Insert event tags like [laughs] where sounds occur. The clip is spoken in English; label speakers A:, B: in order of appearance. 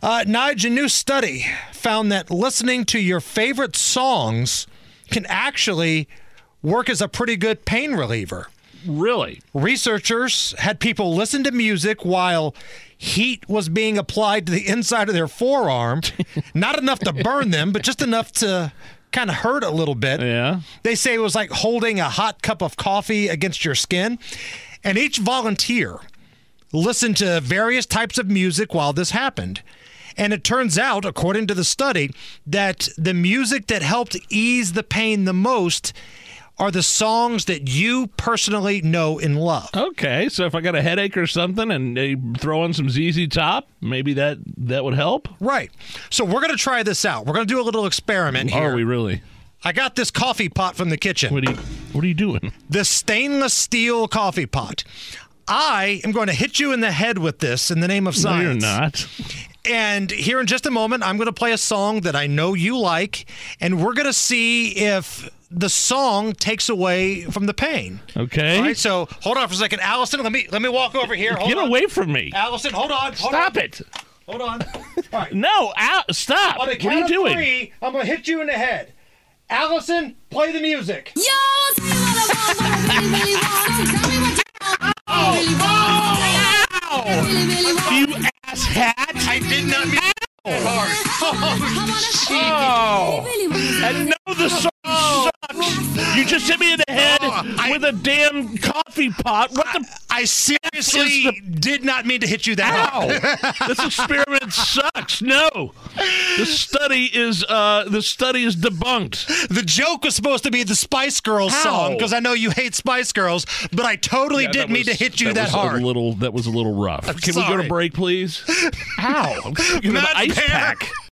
A: Uh, Nige, a new study found that listening to your favorite songs can actually work as a pretty good pain reliever.
B: Really?
A: Researchers had people listen to music while heat was being applied to the inside of their forearm, not enough to burn them, but just enough to kind of hurt a little bit.
B: Yeah.
A: They say it was like holding a hot cup of coffee against your skin. And each volunteer listened to various types of music while this happened. And it turns out, according to the study, that the music that helped ease the pain the most are the songs that you personally know and love.
B: Okay, so if I got a headache or something and they throw in some ZZ Top, maybe that that would help.
A: Right. So we're going to try this out. We're going to do a little experiment here.
B: Are we really?
A: I got this coffee pot from the kitchen.
B: What are you What are you doing?
A: the stainless steel coffee pot. I am going to hit you in the head with this in the name of
B: No,
A: science.
B: you're not.
A: And here in just a moment, I'm going to play a song that I know you like, and we're going to see if the song takes away from the pain.
B: Okay.
A: All right. So hold on for a second, Allison. Let me let me walk over here. Hold
B: Get
A: on.
B: away from me!
A: Allison. Hold on. Hold
B: Stop
A: on.
B: it!
A: Hold
B: [laughs]
A: on. All right.
B: No, out! Stop!
A: On the
B: What
A: count
B: are you
A: of
B: doing?
A: three, I'm going to hit you in the head. Allison, play the music.
C: Yo, say what I want, what I really, really want. So tell me what you want. Really, really want.
B: Ow!
C: Really,
B: [laughs]
C: really want.
B: You asshat!
A: I did not mean
C: I wanna see.
B: Oh!
C: Really wanna
B: And no, the song sucks. You just hit me in the head with a damn coffee pot. What the?
A: I seriously did not mean to hit you that hard.
B: Ow! this experiment sucks. No, the study is uh, the study is debunked.
A: The joke was supposed to be the Spice Girls
B: How?
A: song because I know you hate Spice Girls, but I totally didn't mean to hit you that, hard. [laughs]
B: little that was a little rough. Can we go
A: sorry.
B: to break, please?
A: How?
B: Give me the ice pack.